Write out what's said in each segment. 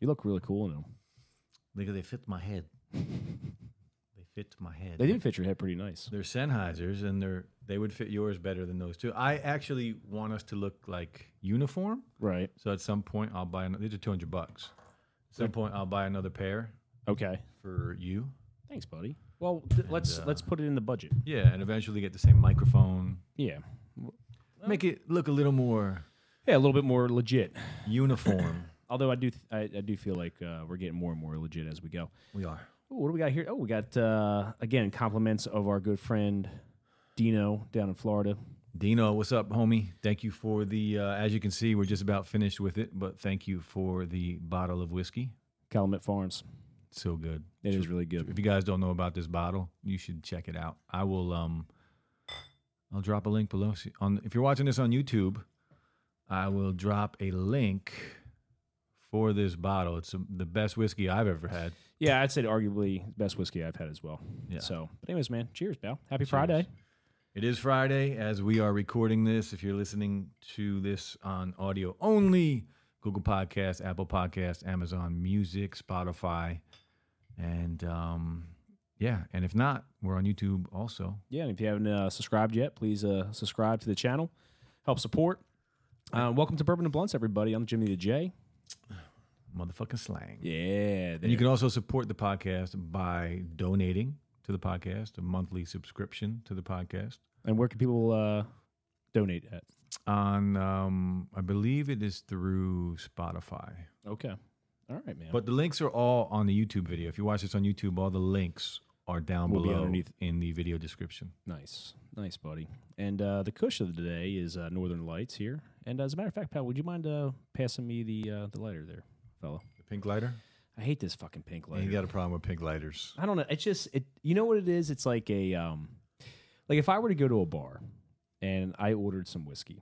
You look really cool in them. Because they fit my head. they fit my head. They do fit your head pretty nice. They're Sennheisers, and they're they would fit yours better than those two. I actually want us to look like uniform. Right. So at some point, I'll buy. Another, these are two hundred bucks. At some point, I'll buy another pair Okay. for you. Thanks, buddy. Well, th- let's uh, let's put it in the budget. Yeah, and eventually get the same microphone. Yeah. Make it look a little more Yeah, a little bit more legit. uniform. Although I do th- I, I do feel like uh, we're getting more and more legit as we go. we are. Ooh, what do we got here? Oh, we got uh, again compliments of our good friend Dino down in Florida. Dino, what's up, homie? Thank you for the. Uh, as you can see, we're just about finished with it, but thank you for the bottle of whiskey. Calumet Farms. So good. It is really good. If you guys don't know about this bottle, you should check it out. I will. Um, I'll drop a link below. See- On if you're watching this on YouTube, I will drop a link for this bottle. It's um, the best whiskey I've ever had. Yeah, I'd say arguably the best whiskey I've had as well. Yeah. So, but anyways, man, cheers, pal. Happy Friday. It is Friday as we are recording this. If you're listening to this on audio only, Google Podcast, Apple Podcast, Amazon Music, Spotify, and um, yeah, and if not, we're on YouTube also. Yeah, and if you haven't uh, subscribed yet, please uh, subscribe to the channel. Help support. Uh, welcome to Bourbon and Blunts, everybody. I'm Jimmy the J. Motherfucking slang. Yeah, And you can also support the podcast by donating to the podcast, a monthly subscription to the podcast. And where can people uh, donate at? On, um, I believe it is through Spotify. Okay. All right, man. But the links are all on the YouTube video. If you watch this on YouTube, all the links are down Will be below underneath. in the video description. nice, nice, buddy. And uh, the kush of the day is uh, Northern Lights here. And uh, as a matter of fact, pal, would you mind uh, passing me the uh, the lighter there, fella? The pink lighter? I hate this fucking pink lighter. You got a problem with pink lighters. I don't know. It's just it. You know what it is? It's like a um, like if I were to go to a bar and I ordered some whiskey.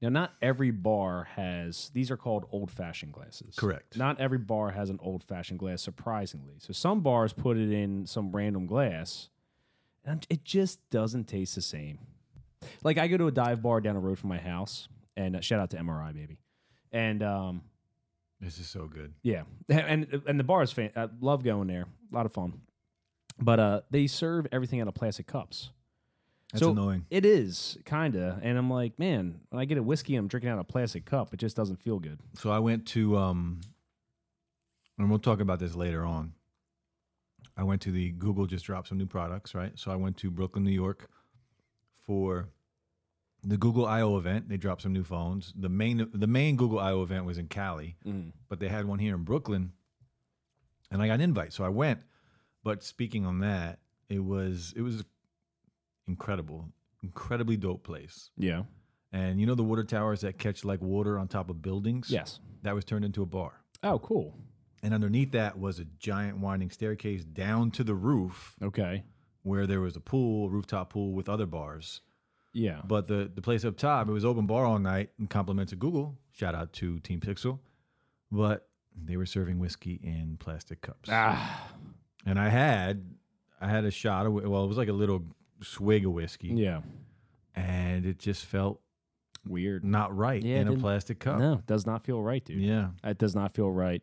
Now, not every bar has these are called old fashioned glasses. Correct. Not every bar has an old fashioned glass, surprisingly. So some bars put it in some random glass, and it just doesn't taste the same. Like I go to a dive bar down the road from my house, and uh, shout out to MRI baby, and um, This is so good. yeah, and and the bar is fan. I love going there. A lot of fun. But uh, they serve everything out of plastic cups. That's So- annoying. It is kinda, and I'm like, man, when I get a whiskey, I'm drinking out of a plastic cup. It just doesn't feel good. So I went to, um, and we'll talk about this later on. I went to the Google just dropped some new products, right? So I went to Brooklyn, New York for the Google I/O event. They dropped some new phones. The main the main Google I/O event was in Cali, but they had one here in Brooklyn, and I got an invite, so I went. But speaking on that, it was it was incredible, incredibly dope place. Yeah. And you know the water towers that catch like water on top of buildings? Yes. That was turned into a bar. Oh, cool. And underneath that was a giant winding staircase down to the roof Okay. where there was a pool, rooftop pool with other bars. Yeah. But the, the place up top, it was open bar all night in compliments of Google. Shout out to Team Pixel. But they were serving whiskey in plastic cups. Ah. And I had I had a shot of wh- well, it was like a little swig of whiskey. Yeah. And it just felt Weird. not right Yeah, it in a didn't- plastic cup. No, does not feel right, dude. Yeah. It does not feel right.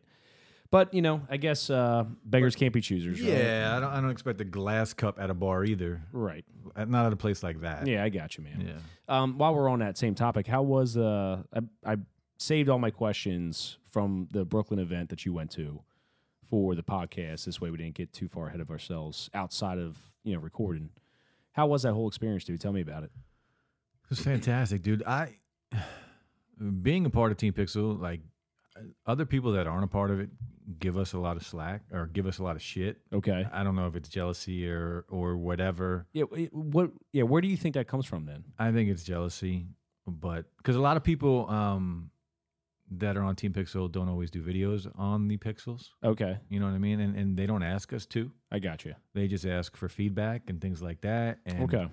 But you know, I guess uh, beggars can't be choosers. right? Yeah, I don't. I don't expect a glass cup at a bar either. Right. Uh, Not at a place like that. Yeah, I got you, man. Yeah. Um, while we're on that same topic, how was uh, I, I saved all my questions from the Brooklyn event that you went to for the podcast. This way, we didn't get too far ahead of ourselves outside of you know recording. How was that whole experience, dude? Tell me about it. It was fantastic, dude. I being a part of Team Pixel, like uh, other people that aren't a part of it, give us a lot of slack or give us a lot of shit. Okay. I don't know if it's jealousy or or whatever. Yeah. it- What? Yeah. Where do you think that comes from then? I think it's jealousy, but because a lot of people um, that are on Team Pixel don't always do videos on the pixels. Okay, You know what I mean? And and they don't ask us to. I got you. They just ask for feedback and things like that. And Okay.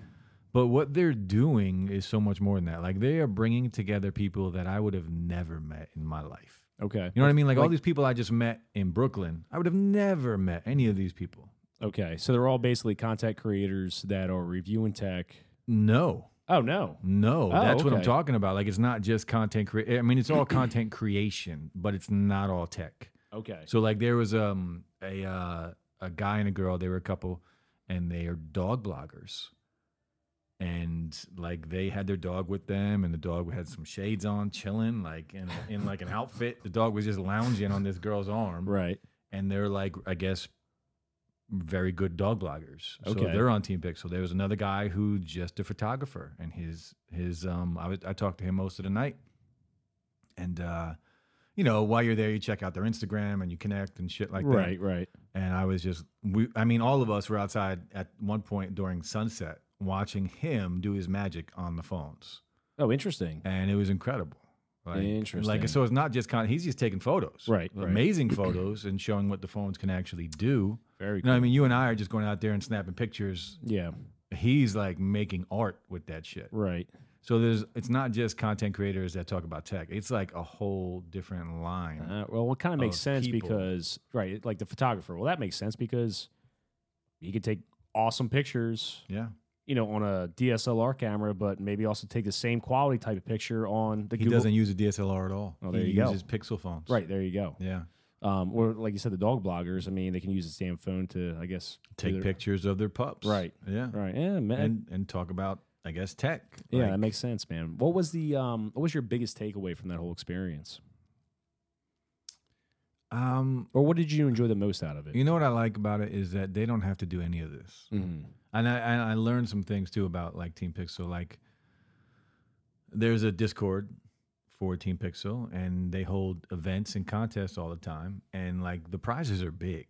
But what they're doing is so much more than that. Like they are bringing together people that I would have never met in my life. Okay. You know what I mean? Like, all Like- these people I just met in Brooklyn, I would have never met any of these people. Okay. So they're all basically content creators that are reviewing tech. No. Oh no. No, Oh, that's what I'm okay. talking about. Like it's not just content cre I mean, it's all content creation, but it's not all tech. Okay. So like there was um a uh, a guy and a girl, they were a couple, and they are dog bloggers. And like they had their dog with them, and the dog had some shades on, chilling, like in, in like an outfit. The dog was just lounging on this girl's arm, right. and they're like, I guess, very good dog bloggers. So Okay. they're on Team Pixel. There was another guy who just a photographer, and his his um, I was I talked to him most of the night, and uh, you know, while you're there, you check out their Instagram and you connect and shit like that. right. Right. And I was just, we, I mean, all of us were outside at one point during sunset watching him do his magic on the phones, Oh, interesting. and it was incredible. Like, Interesting. Like so, it's not just con- he's just taking photos, Right, right. Amazing photos and showing what the phones can actually do. Very No, cool. I mean, you and I are just going out there and snapping pictures. yeah. He's like making art with that shit. Right. So there's, it's not just content creators that talk about tech. It's like a whole different line. Uh, well, it kind of makes Of sense people. because right, like the photographer. Well, that makes sense because he could take awesome pictures, Yeah, you know, on a DSLR camera, but maybe also take the same quality type of picture on the he Google. doesn't use a DSLR at all. Oh, there he you go. uses pixel phones. Right there, you go. Yeah. Um, or like you said, the dog bloggers. I mean, they can use the damn phone to, I guess, do Take their- pictures of their pups. Right. Yeah. Right. Yeah, man. And and talk about, I guess, tech. yeah, Like, that makes sense, man. What was the um? What was your biggest takeaway from that whole experience, um, or what did you enjoy the most out of it? you know what I like about it is that they don't have to do any of this. hmm and I and I learned some things too about like Team Pixel. Like there's a Discord for Team Pixel, and they hold events and contests all the time, and like the prizes are big.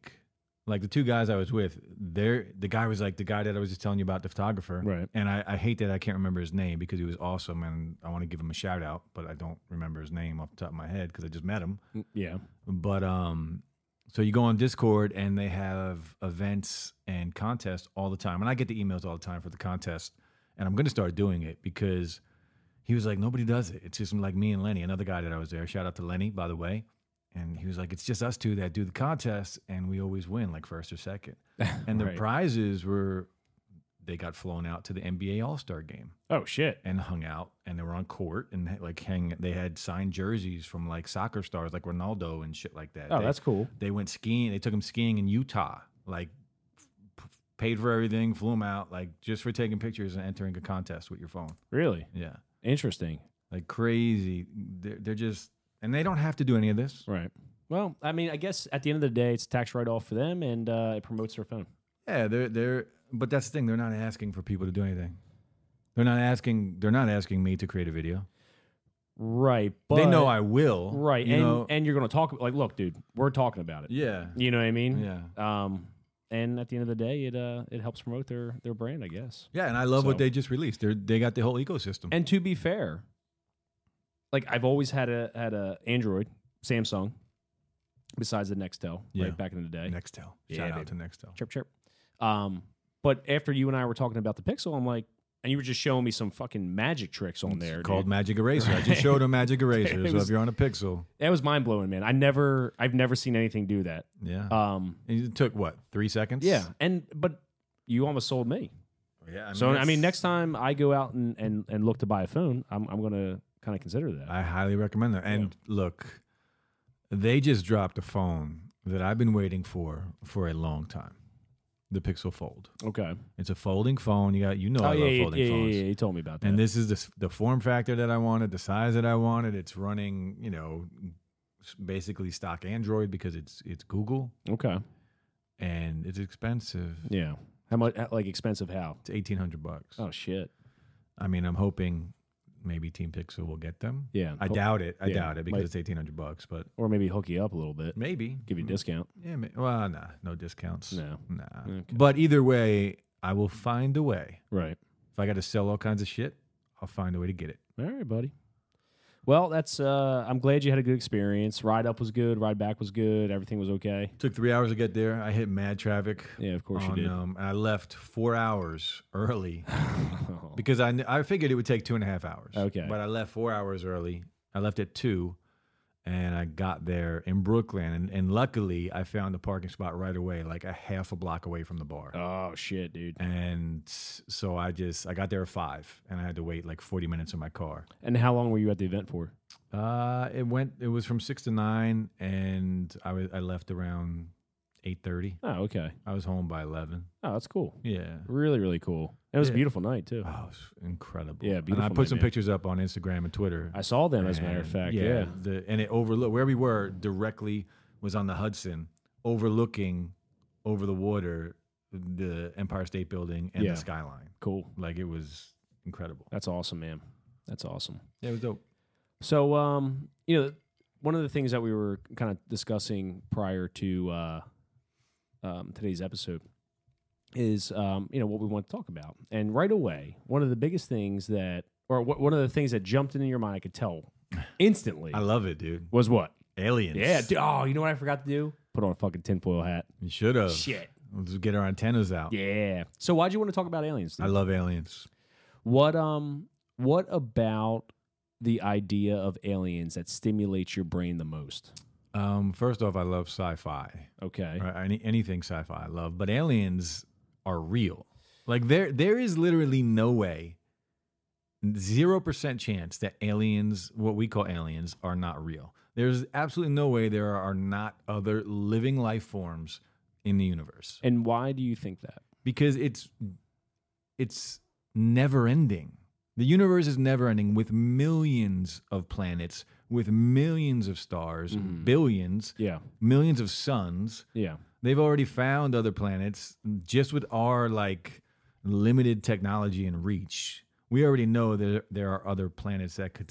Like the two guys I was with, there the guy was like the guy that I was just telling you about, the photographer, Right. And I, I hate that I can't remember his name because he was awesome, and I want to give him a shout out, but I don't remember his name off the top of my head because I just met him. Yeah. But um, so you go on Discord and they have events and contests all the time, and I get the emails all the time for the contest, and I'm going to start doing it because he was like, nobody does it. It's just like me and Lenny, another guy that I was there. Shout out to Lenny, by the way. And he was like, it's just us two that do the contest, and we always win, like first or second. And the Right. prizes were they got flown out to the NBA All Star game Oh shit. and hung out and they were on court and had, like hang they had signed jerseys from like soccer stars like Ronaldo and shit like that. Oh, they, that's cool. they went skiing. They took him skiing in Utah. Like p- paid for everything, flew him out like just for taking pictures and entering a contest with your phone. Really Yeah. interesting. Like crazy. They're, they're just and they don't have to do any of this. Right. Well, I mean, I guess at the end of the day, it's a tax write off for them, and uh, it promotes their phone. Yeah, they're they're but that's the thing, they're not asking for people to do anything. They're not asking they're not asking me to create a video. Right. But they know I will. Right. you and know? and you're gonna talk like, look, dude, we're talking about it. yeah. You know what I mean? Yeah. Um, and at the end of the day, it uh, it helps promote their their brand, I guess. Yeah, and I love what So- they just released. They they got the whole ecosystem. And to be fair, like I've always had a had a Android, Samsung, besides the Nextel, Yeah. right back in the day. Nextel, Yeah, shout baby. out to Nextel. chirp chirp. Um, but after you and I were talking about the Pixel, I'm like, and you were just showing me some fucking magic tricks on there. Called dude. Magic Eraser. I just showed them Magic Eraser. It so if was- you're on a Pixel, that was mind blowing, man. I never, I've never seen anything do that. yeah, Um, And it took what three seconds? Oh, yeah, and but you almost sold me. yeah. I mean, so I mean, that's- next time I go out and and, and look to buy a phone, I'm I'm gonna kind of consider that. I highly recommend that. And look, they just dropped a phone that I've been waiting for for a long time. The Pixel Fold. okay. It's a folding phone. You got you know Oh I yeah, love yeah, folding yeah, yeah, phones. yeah, You told me about that. And this is the, s- the form factor that I wanted, the size that I wanted. It's running, you know, s- basically stock Android because it's it's Google okay. and it's expensive. Yeah. How much? Like expensive? How? It's eighteen hundred bucks. Oh shit. I mean, I'm hoping maybe Team Pixel will get them. Yeah. I doubt it. I Yeah, doubt it because might- it's eighteen hundred bucks, but Or maybe hook you up a little bit, maybe give you a discount. Yeah, ma- well, nah, no discounts. No. Nah. Okay. But either way, I will find a way. Right. If I got to sell all kinds of shit, I'll find a way to get it. All right, buddy. Well, that's. Uh, I'm glad you had a good experience. Ride up was good. Ride back was good. Everything was okay. Took three hours to get there. I hit mad traffic. Yeah, of course on, you did. Um, and I left four hours early because I, kn- I figured it would take two and a half hours. Okay. But I left four hours early. I left at two and I got there in Brooklyn, and, and luckily I found a parking spot right away, like a half a block away from the bar. Oh shit, dude. And s- so I just I got there at five, and I had to wait like forty minutes in my car. And how long were you at the event for? Uh, it went. It was from six to nine, and I was I left around eight thirty. Oh, okay. I was home by eleven. Oh, that's cool. Yeah. Really, really cool. It was a Yeah. beautiful night too. Oh, it's incredible. Yeah, And I beautiful put night, some man. pictures up on Instagram and Twitter. I saw them as a matter of And, fact. Yeah. The, and it overlooked where we were directly was on the Hudson, overlooking over the water the Empire State Building and Yeah. the skyline. Cool. Like it was incredible. That's awesome, man. That's awesome. Yeah, it was dope. So, um, you know, one of the things that we were kind of discussing prior to uh, um, today's episode is, um, you know, what we want to talk about. And right away, one of the biggest things that, or wh- one of the things that jumped into your mind, I could tell instantly, I love it, dude. was what? Aliens. Yeah. dude, oh, you know what I forgot to do? Put on a fucking tinfoil hat. You should have. Shit. Let's get our antennas out. Yeah. So, why'd you want to talk about aliens? dude? I love aliens. What um what about the idea of aliens that stimulates your brain the most? Um, first off, I love sci-fi. Okay. Or any, anything sci-fi I love, but aliens are real. Like there, there is literally no way, zero percent chance that aliens, what we call aliens, are not real. There's absolutely no way there are not other living life forms in the universe And why do you think that? because it's, it's never ending. The universe is never ending with millions of planets, with millions of stars, billions, Yeah. millions of suns Yeah. they've already found other planets just with our like limited technology and reach we already know that there are other planets that could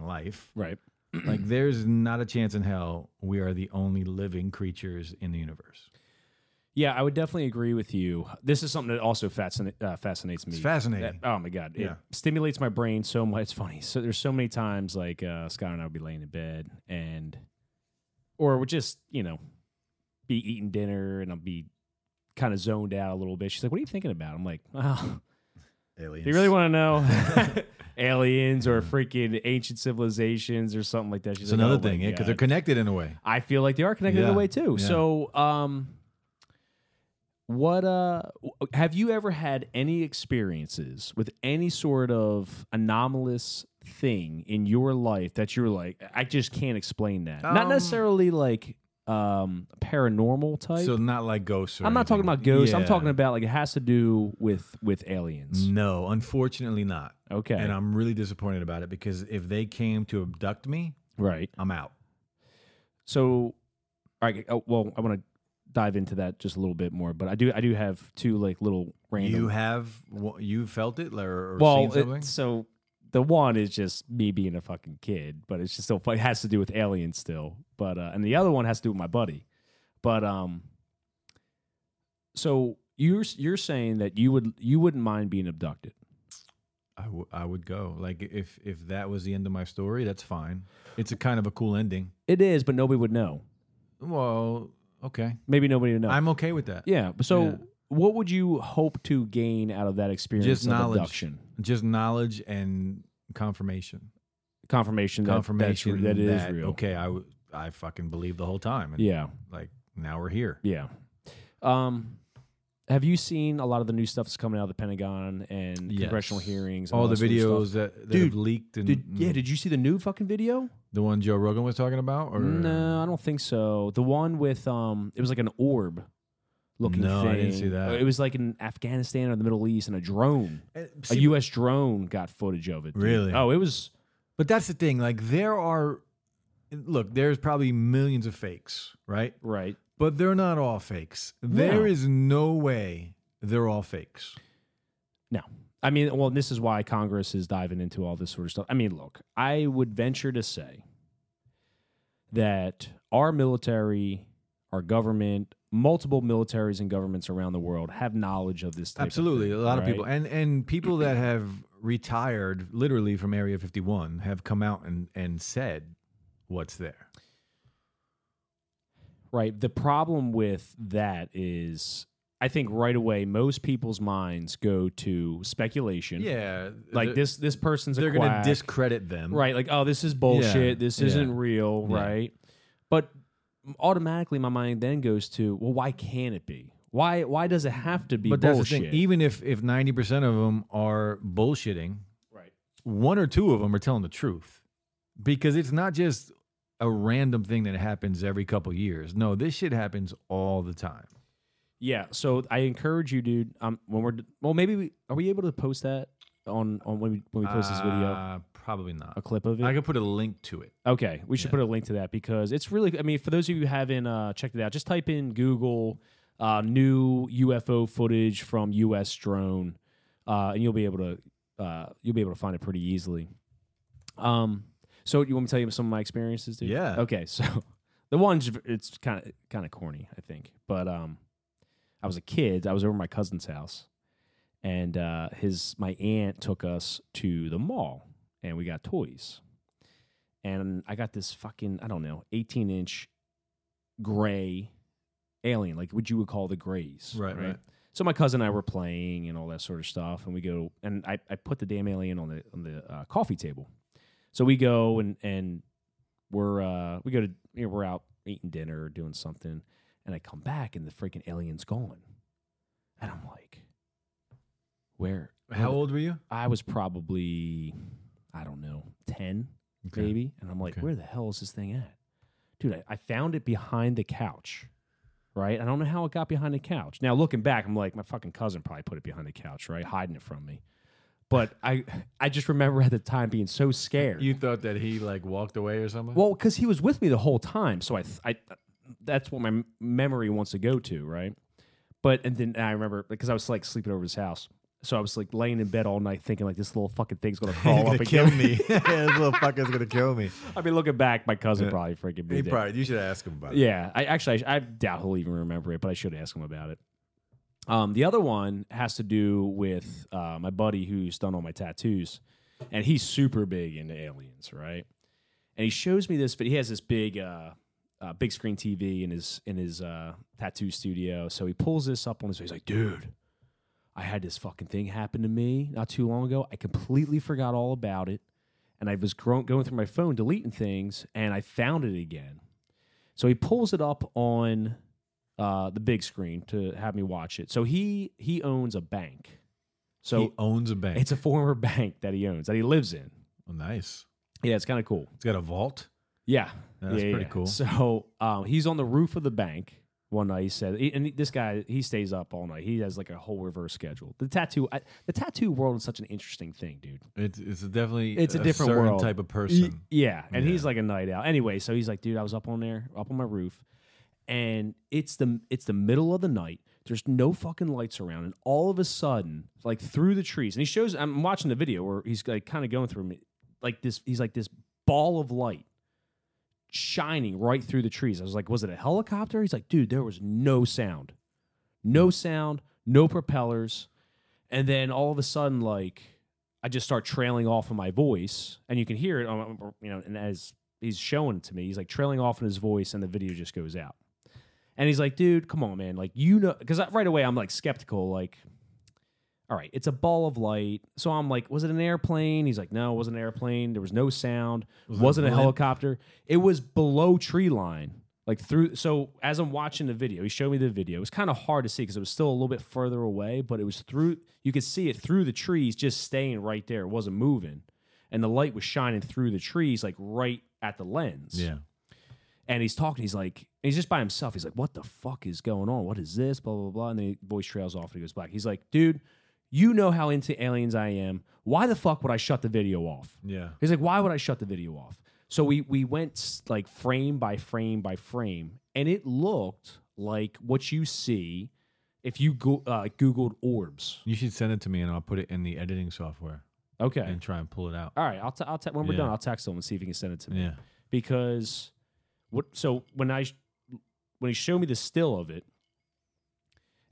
life Right. like there's not a chance in hell we are the only living creatures in the universe Yeah, I would definitely agree with you. This is something that also fascina- uh, fascinates me. it's fascinating That- oh my god, it Yeah. stimulates my brain so much. It's funny. So there's so many times like uh, Scott and I would be laying in bed and, or we're just you know, be eating dinner and I'll be kind of zoned out a little bit. She's like, "What are you thinking about?" I'm like, "Wow, aliens Do you really want to know aliens or freaking ancient civilizations or something like that? She's it's like, another "Oh my thing yeah because they're God." connected in a way I feel like they are connected in a Yeah, way too. yeah. So, um, what uh, w- have you ever had any experiences with any sort of anomalous thing in your life that you're like, I just can't explain that? Not Um, necessarily like um paranormal type. so not like ghosts or I'm not talking anything. about ghosts. I'm Yeah. talking about like it has to do with with aliens. no unfortunately not Okay, and i'm really disappointed about it because if they came to abduct me right. i'm out So, all right. oh, Well, I want to dive into that just a little bit more, but I do. I do have two like little random. you have wha- you felt it or, or seen well, something it, so the one is just me being a fucking kid, but it's just still. It has to do with aliens still, but uh, and the other one has to do with my buddy, but um. So you're you're saying that you would you wouldn't mind being abducted? I, w- I would go. Like if if that was the end of my story, that's fine. It's a kind of a cool ending. It is, but nobody would know. Well, okay. Maybe nobody would know. I'm okay with that. yeah. So. Yeah. What would you hope to gain out of that experience? Just of knowledge. abduction? Just knowledge and confirmation. confirmation that Confirmation that, that's, re- that it is that, real. Okay, I w- I fucking believe the whole time. And Yeah, Like now we're here. yeah. Um, have you seen a lot of the new stuff that's coming out of the Pentagon and congressional Yes. hearings? and All that the sort of stuff? videos that, that Dude, have leaked and mm. Did, yeah, did you see the new fucking video? the one Joe Rogan was talking about? Or No, I don't think so. The one with um, it was like an orb looking No, thing. I didn't see that. It was like in Afghanistan or the Middle East, and a drone, Eh, a see, U.S. drone, got footage of it. dude. Really? Oh, it was. But that's the thing. Like there are, look, there's probably millions of fakes, right? Right. But they're not all fakes. No. There is no way they're all fakes. No. I mean, well, this is why Congress is diving into all this sort of stuff. I mean, look, I would venture to say that our military, our government, multiple militaries and governments around the world have knowledge of this. Type of Absolutely, a thing, lot of right? people and and people that have retired literally from Area 51 have come out and and said what's there. Right. The problem with that is I think right away most people's minds go to speculation. Yeah, Like they're- this this person's a They're going gonna discredit them. Right, like oh this is bullshit. Mm-hmm. Yeah, This yeah. isn't real, Yeah. right? But automatically my mind then goes to, well why can't it be? Why why does it have to be But that's bullshit? the thing. Even if if ninety percent of them are bullshitting, right. one or two of them are telling the truth because it's not just a random thing that happens every couple years. No, this shit happens all the time. Yeah, so I encourage you, dude. Um, when we're well, maybe we, are we able to post that on on when we when we post this video, Uh, probably not. a clip of it. I could put a link to it. Okay, we should Yeah. put a link to that because it's really. I mean, for those of you who haven't uh, checked it out, just type in Google uh, new UFO footage from U.S. drone, uh, and you'll be able to uh, you'll be able to find it pretty easily. Um, so you want me to tell you some of my experiences, dude? Yeah. Okay, so the one's it's kind of kind of corny, I think, but um, I was a kid. I was over at my cousin's house, and uh, his my aunt took us to the mall, and we got toys and I got this fucking I don't know 18 inch gray alien, like what you would call the grays, Right, right. So my cousin and I were playing and all that sort of stuff, and we go and I, I put the damn alien on the on the uh, coffee table. So we go and and we're uh, we go to you know, we're out eating dinner or doing something, and I come back and the freaking alien's gone, and I'm like, where? How old were you? I was probably I don't know ten maybe. And I'm like, Okay. where the hell is this thing at? Dude, I, I found it behind the couch, right? I don't know how it got behind the couch. Now, looking back, I'm like, my fucking cousin probably put it behind the couch, right? Hiding it from me. But I, I just remember at the time being so scared. You thought that he like walked away or something? well, because he was with me the whole time. So I, th- I, that's what my m- memory wants to go to, right? But, and then I remember because I was like sleeping over his house. So I was like laying in bed all night thinking like this little fucking thing's gonna crawl up and kill me. this little fucker's gonna kill me. I mean, looking back, my cousin probably freaking me. He dead. probably. You should ask him about it. Yeah, I actually I, I doubt he'll even remember it, but I should ask him about it. Um, the other one has to do with uh, my buddy who's done all my tattoos, and he's super big into aliens, right? And he shows me this, but he has this big, uh, uh, big screen TV in his in his uh, tattoo studio. So he pulls this up on his face, he's like, dude, I had this fucking thing happen to me not too long ago. I completely forgot all about it, and I was gro- going through my phone, deleting things, and I found it again. So he pulls it up on uh, the big screen to have me watch it. So he he owns a bank. So he owns a bank. it's a former bank that he owns that he lives in. oh, nice. Yeah, it's kind of cool. It's got a vault. Yeah, That's Yeah, pretty yeah. cool. So um, he's on the roof of the bank one night. He said, and this guy he stays up all night. He has like a whole reverse schedule. The tattoo, I, the tattoo world is such an interesting thing, dude. It's it's definitely It's a different certain world. type of Y- person. Yeah, and Yeah. he's like a night owl. Anyway, so he's like, dude, I was up on there, up on my roof, and it's the it's the middle of the night. There's no fucking lights around, and all of a sudden, like through the trees, and he shows. I'm watching the video where he's like kind of going through me, like this. He's like this ball of light shining right through the trees. I was like, was it a helicopter? He's like, dude, there was no sound, no sound, no propellers, and then all of a sudden, like I just start trailing off of my voice, and you can hear it, on, you know. And as he's showing it to me, he's like trailing off in his voice, and the video just goes out. And he's like, "Dude, come on, man! Like, you know." Because right away, I'm like skeptical. Like, all right, it's a ball of light. So I'm like, "Was it an airplane?" He's like, "No, it wasn't an airplane. There was no sound. Was it a Was not a blimp?" helicopter. It was below tree line." Like through, so as I'm watching the video, he showed me the video. It was kind of hard to see because it was still a little bit further away, but it was through. You could see it through the trees, just staying right there. It wasn't moving, and the light was shining through the trees, like right at the lens Yeah. and he's talking. He's like, he's just by himself. He's like, what the fuck is going on? What is this? Blah blah blah. And then he voice trails off and he goes black. He's like, dude, you know how into aliens I am. Why the fuck would I shut the video off? Yeah. He's like, why would I shut the video off? So we we went s- like frame by frame by frame, and it looked like what you see if you go, uh, googled orbs. You should send it to me and I'll put it in the editing software Okay. and try and pull it out. All right. I'll t- I'll te- when we're Mm. Yeah. done, I'll text him and see if he can send it to me. Yeah. because what so when I sh- when he showed me the still of it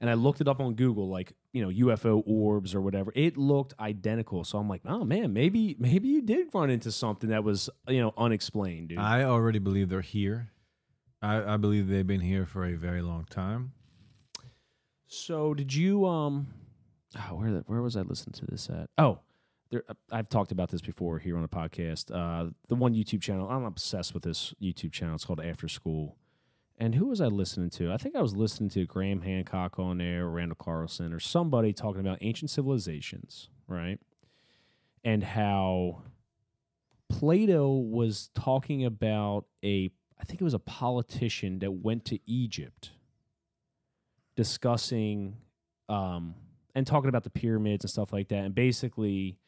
and I looked it up on Google like you know UFO orbs or whatever it looked identical so I'm like oh man maybe maybe you did run into something that was you know unexplained dude I already believe they're here. I, I believe they've been here for a very long time. So did you um oh, where the, where was I listening to this at? Oh, there I've talked about this before here on a podcast. Uh the one YouTube channel. I'm obsessed with this YouTube channel. It's called After School. And who was I listening to? I think I was listening to Graham Hancock on there, or Randall Carlson, or somebody talking about ancient civilizations, right? And how Plato was talking about a I think it was a politician that went to Egypt discussing um, and talking about the pyramids and stuff like that. And basically,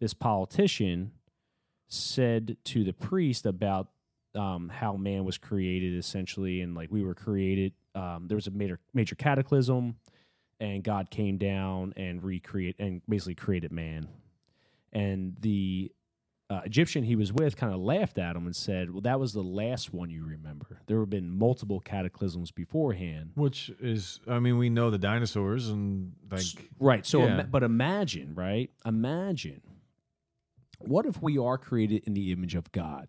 this politician said to the priest about um, how man was created, essentially, and like we were created. Um, there was a major major cataclysm, and God came down and recreate and basically created man. And the uh, Egyptian he was with kind of laughed at him and said, "Well, that was the last one you remember. There have been multiple cataclysms beforehand." Which is, I mean, we know the dinosaurs and like, S- right. So, yeah. ima- but imagine, right? Imagine what if we are created in the image of God,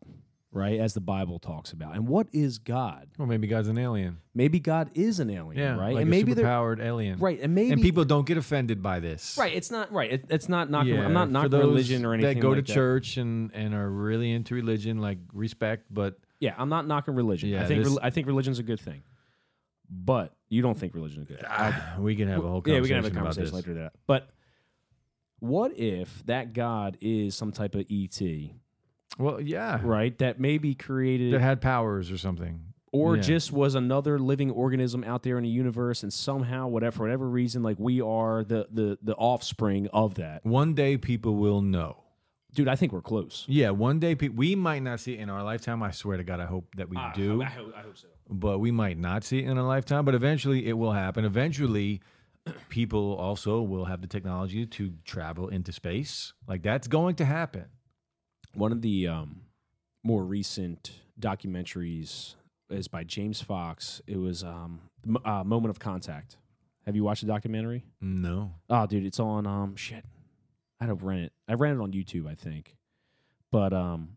right? As the Bible talks about, and what is God? well, maybe God's an alien. Maybe God is an alien, Yeah, right? and like a maybe they're superpowered alien. right, and maybe and people don't get offended by this. right. It's not right. It, it's not knocking. Yeah, I'm not for knocking those religion or anything That go like to church and and are really into religion, like respect, but Yeah, I'm not knocking religion. I Yeah, think this- rel I think religion's a good thing, but you don't think religion's a good. thing. ah, we can have a whole conversation yeah, we can have a about conversation this. later that. But what if that God is some type of E ET, Well, yeah, right? That maybe that created had powers or something. or yeah. just was another living organism out there in the universe, and somehow, whatever, for whatever reason, like we are the the the offspring of that. One day people will know. Dude, I think we're close. Yeah, one day pe- we might not see it in our lifetime. I swear to God, I hope that we do. hope, Ah, I hope so. but we might not see it in a lifetime. But eventually, it will happen. Eventually, people also will have the technology to travel into space. Like that's going to happen. One of the um, more recent documentaries is by James Fox. It was um, M- uh, Moment of Contact. Have you watched the documentary? No, Oh, dude, it's on um shit. I had to rent it. I ran it on YouTube, I think. But um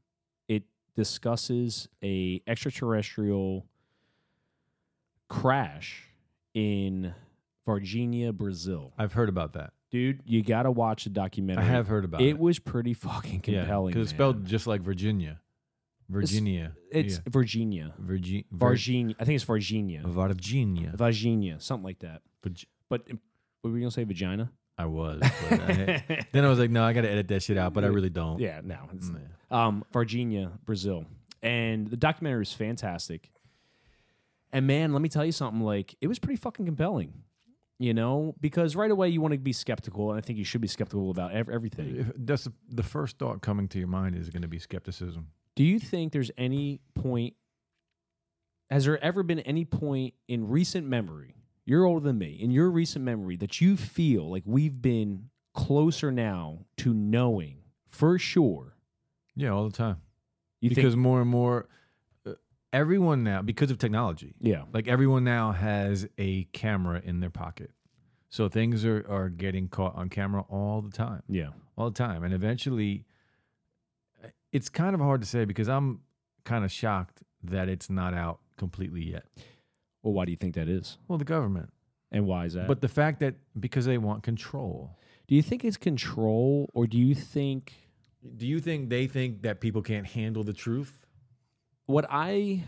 it discusses a extraterrestrial crash in Virginia, Brazil. I've heard about that. Dude, you gotta watch the I documentary. have heard about it, it. was pretty fucking compelling. because it's man. spelled just like Virginia, Virginia. it's yeah. Virginia. Virgi- Vir- Virginia. I think it's Virginia. Virginia. Virginia, something like that. Virg- But um, what were you gonna say vagina? I was. But I, then I was like, no, I got to edit that shit out, but I really don't. yeah, no, it's Mm, yeah. um, Virginia, Brazil. And the documentary was fantastic. And man, let me tell you something like, it was pretty fucking compelling, you know, because right away you want to be skeptical. And I think you should be skeptical about ev- everything. If- That's the, the first thought coming to your mind is going to be skepticism. Do you think there's any point, has there ever been any point in recent memory? You're older than me, in your recent memory, that you feel like we've been closer now to knowing for sure. Yeah, all the time. You because think, more and more, uh, everyone now, because of technology, yeah, like everyone now has a camera in their pocket. So things are, are getting caught on camera all the time. yeah, all the time. And eventually, uh, it's kind of hard to say because I'm kind of shocked that it's not out completely yet. well, why do you think that is? Well, the government. And why is that? But the fact that because they want control. Do you think it's control, or do you think Do you think they think that people can't handle the truth? what I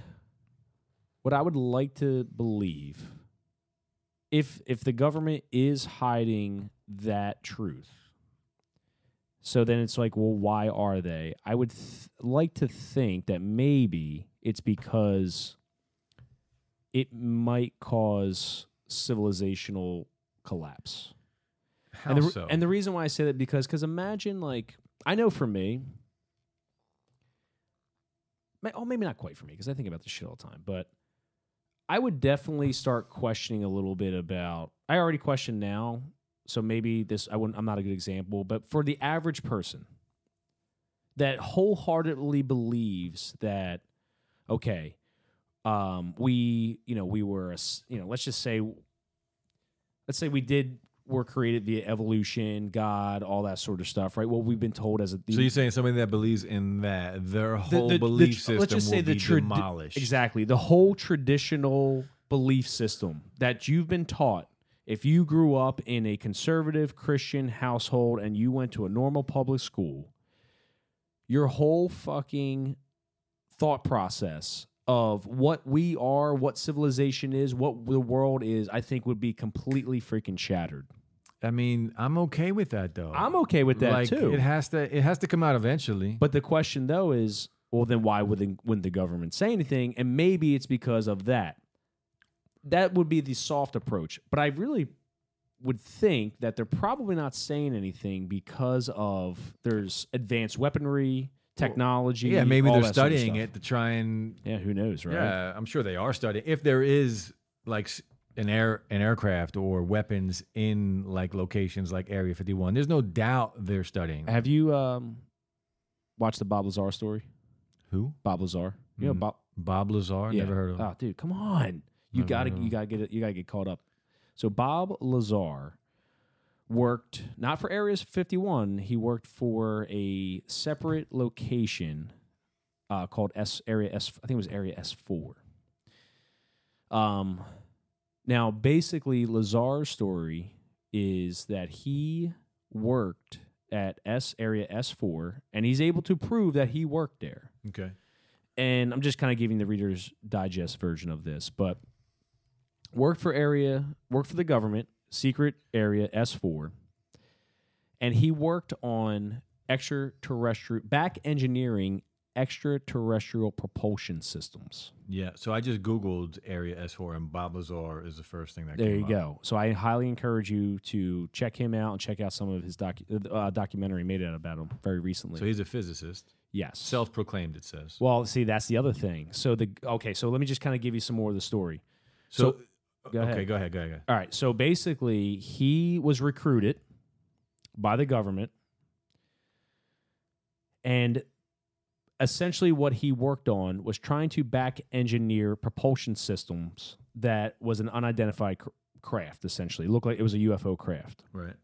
what I would like to believe if if the government is hiding that truth? So then it's like, well, why are they? I would th- like to think that maybe it's because it might cause civilizational collapse. How and the, re- so? and the reason why I say that because because imagine like I know for me, ma- oh maybe not quite for me because I think about this shit all the time, but I would definitely start questioning a little bit about. I already question now, so maybe this I wouldn't. I'm not a good example, but for the average person that wholeheartedly believes that okay, um, we you know we were a s- you know let's just say let's say we did were created via evolution, God, all that sort of stuff, right? What we've been told as a so you're saying somebody that believes in that their the- whole the- the belief tr- system will be trad- demolished. Exactly. The whole traditional belief system that you've been taught If you grew up in a conservative Christian household and you went to a normal public school, your whole fucking thought process of what we are, what civilization is, what the world is, I think would be completely freaking shattered. I mean, I'm okay with that though. I'm okay with that like, too. It has to it has to come out eventually. But the question though is, well, then why would the, wouldn't the government say anything? And maybe it's because of that. That would be the soft approach. But I really would think that they're probably not saying anything because of there's advanced weaponry, technology. yeah, maybe all they're that sort of studying stuff. it to try and Yeah, who knows, right? yeah, I'm sure they are studying. If there is like s- an air an aircraft or weapons in like locations like Area 51, there's no doubt they're studying. Have you um, watched the Bob Lazar story? Who? Bob Lazar. You know Mhm. Bob. Bob Lazar? yeah. Never heard of him. Oh, dude, come on. You Never gotta heard of you him. gotta get it. You gotta get caught up. So Bob Lazar worked not for Areas 51. He worked for a separate location uh, called S Area S. I think it was Area S4. Um, now basically Lazar's story is that he worked at S Area S4, and he's able to prove that he worked there okay. and I'm just kind of giving the Reader's Digest version of this, but worked for area, worked for the government, secret area S4, and he worked on extraterrestrial, back engineering extraterrestrial propulsion systems. Yeah. So I just Googled Area S4 and Bob Lazar is the first thing that There came you up. go. So I highly encourage you to check him out and check out some of his docu- uh, documentary made out about him very recently. So he's a physicist. yes. Self proclaimed, it says. well, see, that's the other thing. So the okay, so let me just kind of give you some more of the story. So, Go ahead. okay, go ahead, go ahead, go ahead. All right. So basically, he was recruited by the government. And essentially, what he worked on was trying to back engineer propulsion systems that was an unidentified cr- craft, essentially. It looked like it was a UFO craft. Right.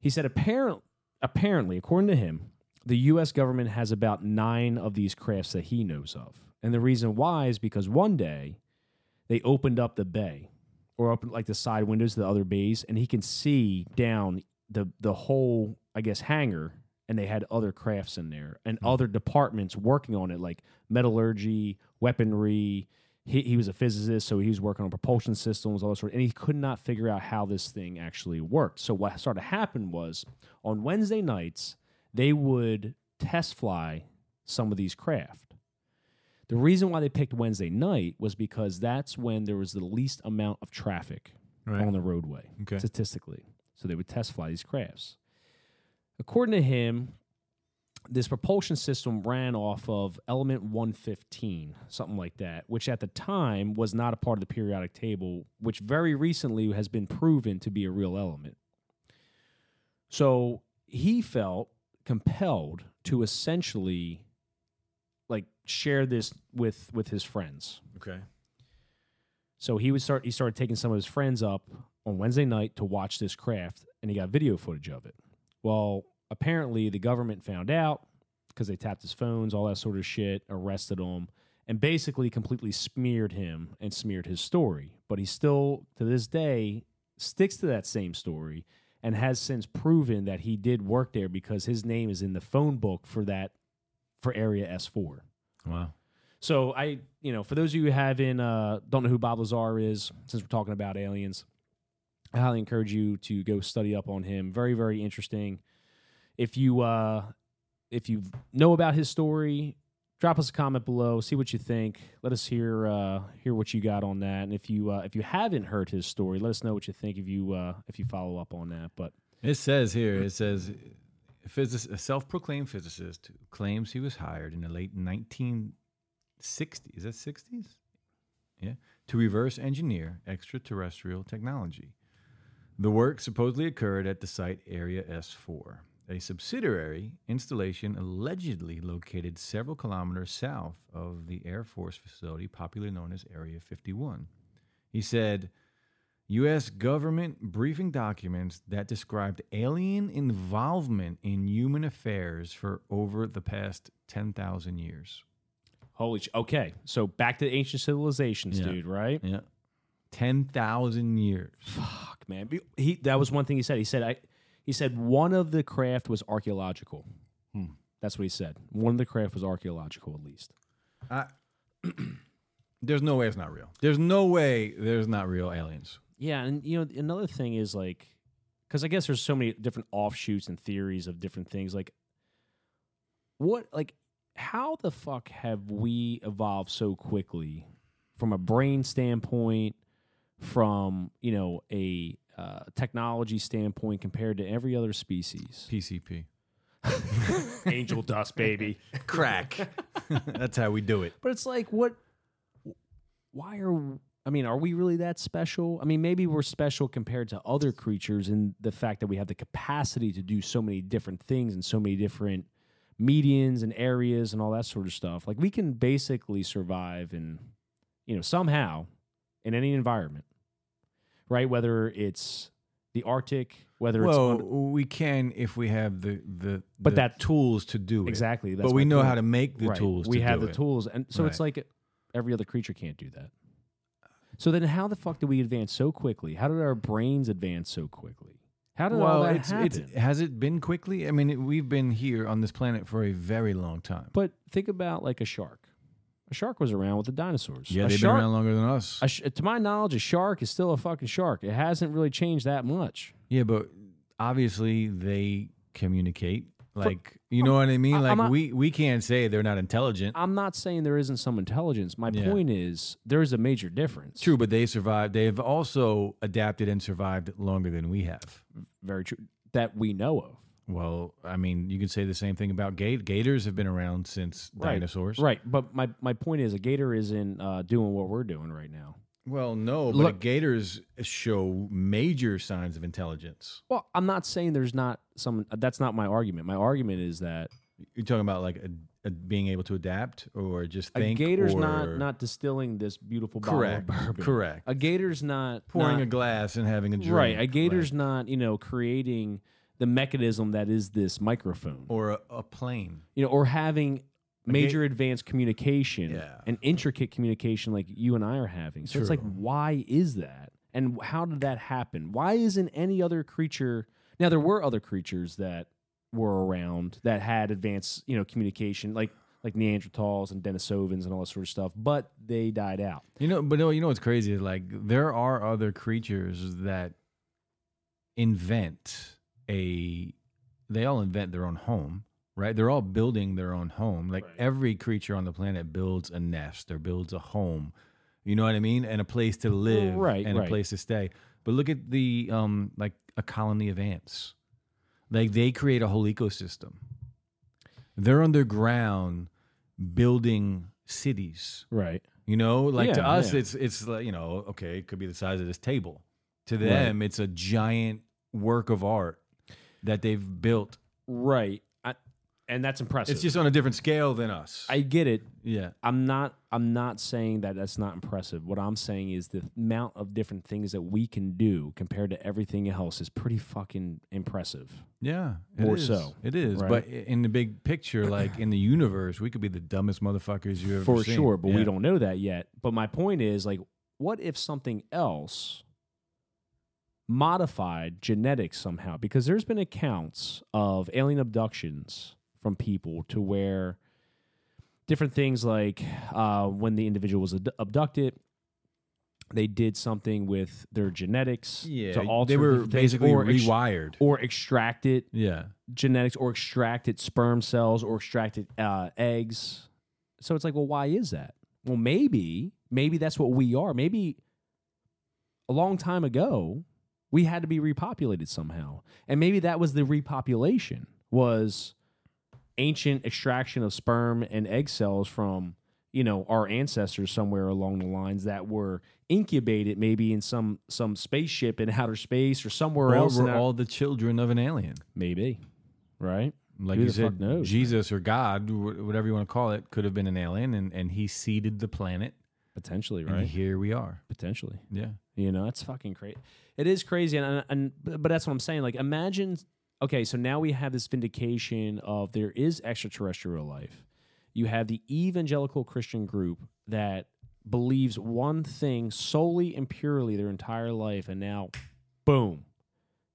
He said, apparent, apparently, according to him, the U.S. government has about nine of these crafts that he knows of. And the reason why is because one day they opened up the bay or opened like the side windows to the other bays, and he can see down the, the whole, I guess, hangar. And they had other crafts in there and other departments working on it, like metallurgy, weaponry. He, he was a physicist, so he was working on propulsion systems, all that sort. Of, and he could not figure out how this thing actually worked. So what started to happen was on Wednesday nights they would test fly some of these craft. The reason why they picked Wednesday night was because that's when there was the least amount of traffic Right. on the roadway Okay. statistically. So they would test fly these crafts. According to him, this propulsion system ran off of element 115, something like that, which at the time was not a part of the periodic table, which very recently has been proven to be a real element. So he felt compelled to essentially like share this with with his friends. Okay. So he would start. He started taking some of his friends up on Wednesday night to watch this craft, and he got video footage of it. Well, apparently the government found out because they tapped his phones, all that sort of shit, arrested him, and basically completely smeared him and smeared his story. But he still, to this day, sticks to that same story and has since proven that he did work there because his name is in the phone book for that for area S four. Wow. So I, you know, for those of you who haven't uh, don't know who Bob Lazar is, since we're talking about aliens, I highly encourage you to go study up on him. Very, very interesting. If you uh, if you know about his story, drop us a comment below. See what you think. Let us hear uh, hear what you got on that. And if you uh, if you haven't heard his story, let us know what you think. If you uh, if you follow up on that, but It says here, it says physic- a self proclaimed physicist claims he was hired in the late 1960s, is that 60s? Yeah, to reverse engineer extraterrestrial technology. The work supposedly occurred at the site Area S4, a subsidiary installation allegedly located several kilometers south of the Air Force facility, popularly known as Area 51. He said, U.S. government briefing documents that described alien involvement in human affairs for over the past 10,000 years. holy sh- okay. So back to ancient civilizations, Yeah. dude. Right? Yeah. 10,000 years. Fuck, man. Be- He that was one thing he said. He said I he said one of the craft was archaeological. Hmm. That's what he said. One of the craft was archaeological at least. I, there's no way it's not real. There's no way there's not real aliens. Yeah, and you know another thing is like cuz I guess there's so many different offshoots and theories of different things like what like how the fuck have we evolved so quickly from a brain standpoint from, you know, a uh, technology standpoint compared to every other species. PCP. Angel dust, baby. Crack. That's how we do it. But it's like, what? Why are? I mean, are we really that special? I mean, maybe we're special compared to other creatures in the fact that we have the capacity to do so many different things and so many different medians and areas and all that sort of stuff. Like we can basically survive in, you know, somehow in any environment, right? Whether it's the Arctic, whether Well, it's we can if we have the the But the that- tools to do it. exactly, that's but we my know point. how to make the Right. tools. We to have do the it. tools, and so it's like every other creature can't do that. So then, how the fuck did we advance so quickly? How did our brains advance so quickly? How did all Well, Oh, that it's, happen? it's has it been quickly? I mean, it, we've been here on this planet for a very long time. but think about like a shark. A shark was around with the dinosaurs. yeah, a they've shark, been around longer than us. a sh- to my knowledge, a shark is still a fucking shark. It hasn't really changed that much. yeah, but obviously they communicate. Like you know what I mean? I- Like I'm not- we we can't say they're not intelligent. I'm not saying there isn't some intelligence. My Yeah. point is there is a major difference. True, but they survived. They've also adapted and survived longer than we have. very true. That we know of. Well, I mean, you can say the same thing about gat- gators. Have been around since Right. dinosaurs. Right, but my, my point is a gator isn't uh, doing what we're doing right now. Well, no, but Look- gators show major signs of intelligence. Well, I'm not saying there's not some. That's not my argument. My argument is that You're talking about like a, a, being able to adapt or just a think. gator's or- not not distilling this beautiful bottle correct. of bourbon. Correct. A gator's not Pouring not- a glass and having a drink. right. A gator's like- not you know creating the mechanism that is this microphone. or a, a plane. you know, or having major advanced communication Yeah. and intricate communication like you and I are having. So it's like, True. why is that? And how did that happen? Why isn't any other creature? Now there were other creatures that were around that had advanced, you know, communication, like like Neanderthals and Denisovans and all that sort of stuff, but they died out. You know, but no, you know what's crazy? is, Like there are other creatures that invent a. They all invent their own home, right? They're all building their own home. Like Right. every creature on the planet builds a nest or builds a home. You know what I mean? And a place to live, Right, And right. a place to stay. But look at the um, like a colony of ants. Like they create a whole ecosystem. They're underground building cities. Right. You know, like to Yeah, us, yeah. it's it's like you know, okay, it could be the size of this table. To them, it's a giant work of art that they've built. Right. I, and that's impressive. It's just on a different scale than us. I get it. yeah, I'm not I'm not saying that that's not impressive. What I'm saying is the amount of different things that we can do compared to everything else is pretty fucking impressive. yeah, More is. so, it is. right? But i- in the big picture, like in the universe, we could be the dumbest motherfuckers you ever For seen. sure, but Yeah. we don't know that yet. But my point is like what if something else modified genetics somehow because there's been accounts of alien abductions from people to where different things like uh, when the individual was ad- abducted they did something with their genetics Yeah, to alter they were different things basically or, ex- rewired. or extracted yeah, genetics or extracted sperm cells or extracted uh, eggs. So it's like, well, why is that? Well, maybe, maybe that's what we are. Maybe a long time ago, we had to be repopulated somehow. And maybe that was the repopulation was ancient extraction of sperm and egg cells from, you know, our ancestors somewhere along the lines that were incubated maybe in some some spaceship in outer space or somewhere or else. in we're our- all the children of an alien. maybe. Right? Like Who you the fuck said, knows, man? Jesus or God, wh- whatever you want to call it, could have been an alien, and, and he seeded the planet. Potentially, And right? here we are. Potentially. Yeah. You know, that's fucking crazy. It is crazy, and, and and but that's what I'm saying. Like, imagine. Okay, so now we have this vindication of there is extraterrestrial life. You have the evangelical Christian group that believes one thing solely and purely their entire life, and now, boom,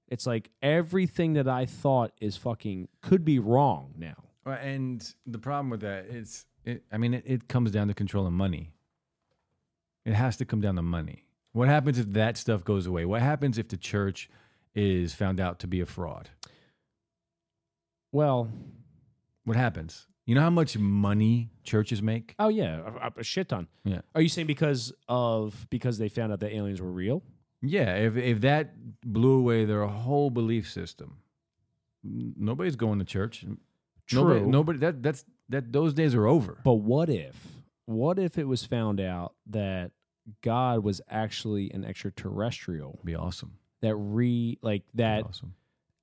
it's like everything that I thought is fucking could be wrong now. Right, and the problem with that is, it, I mean, it, it comes down to controlling money. It has to come down to money. What happens if that stuff goes away? What happens if the church is found out to be a fraud? Well, What happens? You know how much money churches make? oh yeah, a, a- a shit ton. Yeah. Are you saying because of because they found out that aliens were real? Yeah, if if that blew away their whole belief system, n- nobody's going to church. Nobody, True. nobody that that's that those days are over. But what if? What if it was found out that God was actually an extraterrestrial be awesome. that re like Be that awesome.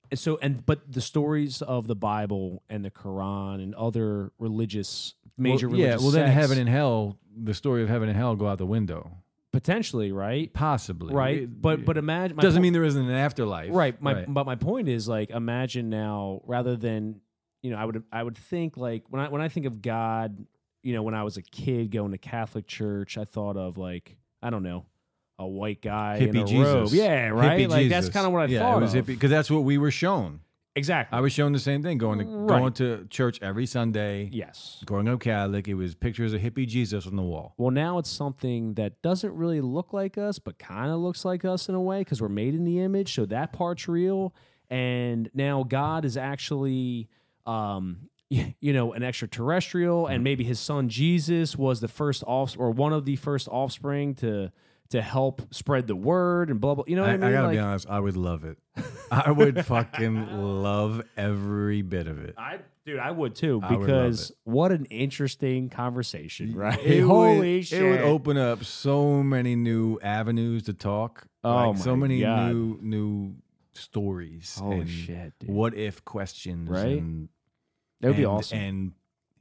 And so and but the stories of the Bible and the Quran and other religious major well, yeah. religious Well, then sects, heaven and hell, the story of heaven and hell, go out the window. potentially right Possibly, right It- but it but imagine my doesn't po- mean there isn't an afterlife, right my but my point is like imagine now rather than you know I would I would think like when I when I think of God you know when I was a kid going to Catholic church I thought of like I don't know a white guy in a Hippie Jesus. robe yeah right Hippie like that's Jesus. kind of what I yeah, thought it was of. because that's what we were shown. exactly I was shown the same thing going to Right. going to church every Sunday. yes Growing up Catholic, it was pictures of hippie Jesus on the wall. Well, now it's something that doesn't really look like us, but kind of looks like us in a way because we're made in the image. So that part's real. And now God is actually, um, y- you know, an extraterrestrial, and maybe his son Jesus was the first off or one of the first offspring to to help spread the word and blah blah. You know what I, I, mean? I gotta Like, be honest, I would love it. I would fucking love every bit of it. I dude, I would too I would love because what an interesting conversation, right? It Holy would, shit! It would open up so many new avenues to talk. Oh like, so my many God. new new stories. Holy and shit, dude. What if questions? Right? And, That would be and- awesome. And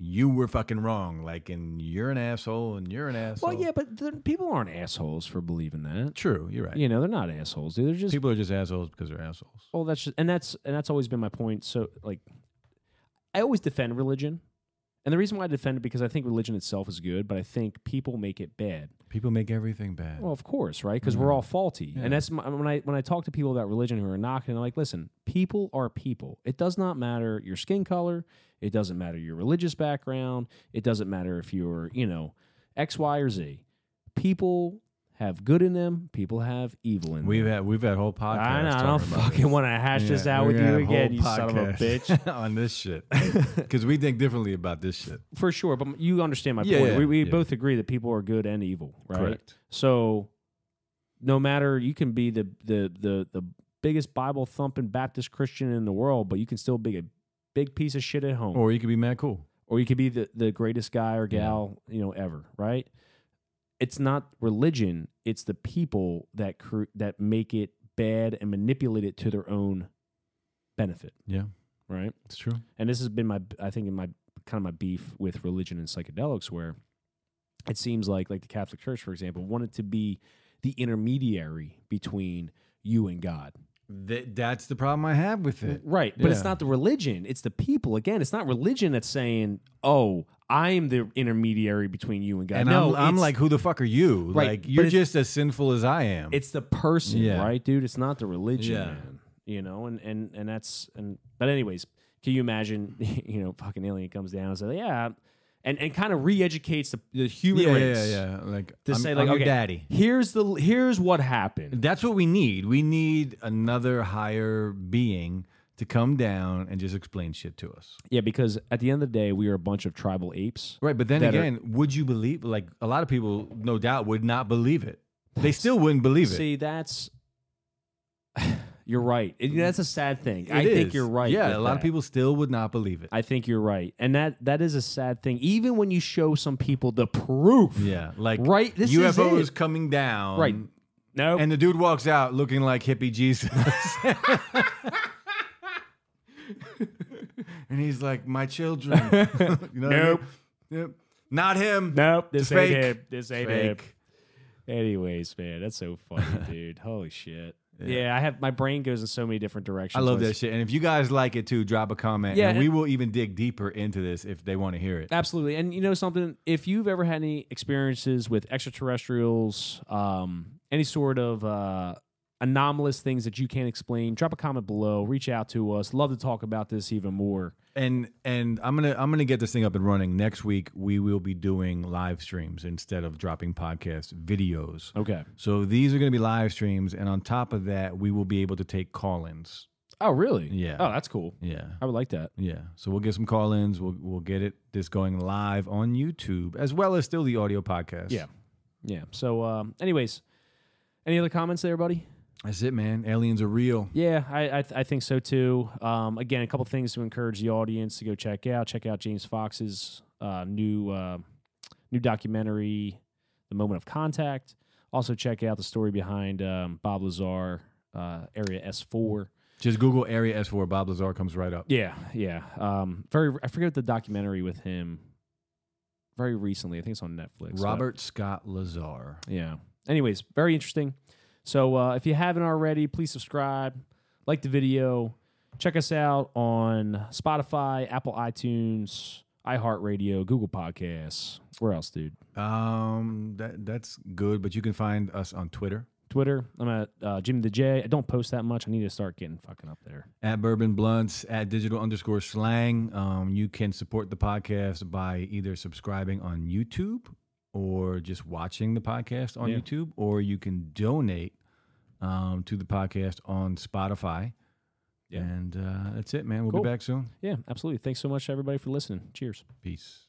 you were fucking wrong. Like, and you're an asshole, and you're an asshole. Well, yeah, but the, people aren't assholes for believing that. true. You're right. You know, they're not assholes. Dude. They're just People are just assholes because they're assholes. well, that's just, and that's and that's always been my point. So like, I always defend religion, and the reason why I defend it because I think religion itself is good, but I think people make it bad. People make everything bad. Well, of course, right? Because Mm. we're all faulty, and that's my, when I when I talk to people about religion who are knocking, I'm like, listen, people are people. It does not matter your skin color. It doesn't matter your religious background. It doesn't matter if you're you know X, Y, or Z. People have good in them. People have evil in we've them. had we've had whole podcasts. I, know, I talking don't about fucking this. want to hash this Yeah, out we're with gonna you have whole again, you son of a podcast bitch. on this shit because we think differently about this shit. For sure, but you understand my Yeah, point. yeah, we we yeah. both agree that people are good and evil, right? So no matter you can be the the the the biggest Bible thumping Baptist Christian in the world, but you can still be a big piece of shit at home. Or, Or you could be mad cool. you could be the, the greatest guy or gal, you know, ever, right? It's not religion, it's the people that cr- that make it bad and manipulate it to their own benefit, Yeah, right? it's true. and this has been my i think in my kind of my beef with religion and psychedelics where it seems like like the catholic church for example wanted to be the intermediary between you and god that's the problem I have with it. right but it's Yeah. not the religion it's the people again it's not religion that's saying oh i am the intermediary between you and god And no I'm, I'm it's- like, who the fuck are you? Right, Like, but you're it's- just as sinful as I am. it's the person Yeah. right dude it's not the religion Yeah. man you know and and and that's and but anyways can you imagine you know fucking alien comes down and says yeah and and kind of re-educates the, the human yeah, yeah, race yeah, yeah. Like, to I'm- say like I'm okay your daddy. here's the here's what happened That's what we need. We need another higher being to come down and just explain shit to us. yeah because at the end of the day we are a bunch of tribal apes Right, but then that are- again, would you believe? Like a lot of people, no doubt, would not believe it. They still wouldn't believe it. see that's you're right It- that's a sad thing Mm. It i think is. you're right Yeah, with a lot of that. people still would not believe it. I think you're right, and that that is a sad thing. Even when you show some people the proof, yeah, like Right, this is UFOs it. coming down, Right. no, And the dude walks out looking like hippie Jesus, and he's like, "My children, you know what I mean? Nope. Nope. not him, Nope, It's this ain't fake. him. This It's ain't fake." him. Anyways, man, that's so funny, dude. Holy shit. Yeah, I have my brain goes in so many different directions. I love when that it's- shit. And if you guys like it too, drop a comment. Yeah, and- and we will even dig deeper into this if they want to hear it. Absolutely. And you know something, if you've ever had any experiences with extraterrestrials, um, any sort of uh, anomalous things that you can't explain, drop a comment below, reach out to us. Love to talk about this even more. And and I'm gonna I'm gonna get this thing up and running. Next week we will be doing live streams instead of dropping podcasts, videos. Okay. So these are gonna be live streams, and on top of that, we will be able to take call-ins. Oh, really? Yeah. Oh, that's cool. Yeah. I would like that. Yeah. So we'll get some call-ins. We'll we'll get it this going live on YouTube as well as still the audio podcast. Yeah. Yeah. So, um, anyways, any other comments there, buddy? That's it, man. Aliens are real. Yeah, I I, th- I think so too. Um, again, a couple things to encourage the audience to go check out. Check out James Fox's uh, new uh, new documentary, "The Moment of Contact." Also, check out the story behind um, Bob Lazar, uh, Area S four. Just Google Area S4. Bob Lazar comes right up. Yeah, yeah. Um, very. I forget the documentary with him. Very recently, I think it's on Netflix. but- Robert Scott Lazar. Yeah. Anyways, very interesting. So uh, if you haven't already, please subscribe, like the video, check us out on Spotify, Apple iTunes, iHeartRadio, Google Podcasts. Where else, dude? Um, that that's good, but you can find us on Twitter Twitter. I'm at uh, Jimmy the J. I don't post that much. I need to start getting fucking up there. at Bourbon Blunts at Digital underscore Slang. Um, you can support the podcast by either subscribing on YouTube or just watching the podcast on Yeah. YouTube, or you can donate um, to the podcast on Spotify. Yeah. And uh, that's it, man. We'll Cool. be back soon. Yeah, absolutely. Thanks so much, everybody, for listening. Cheers. Peace.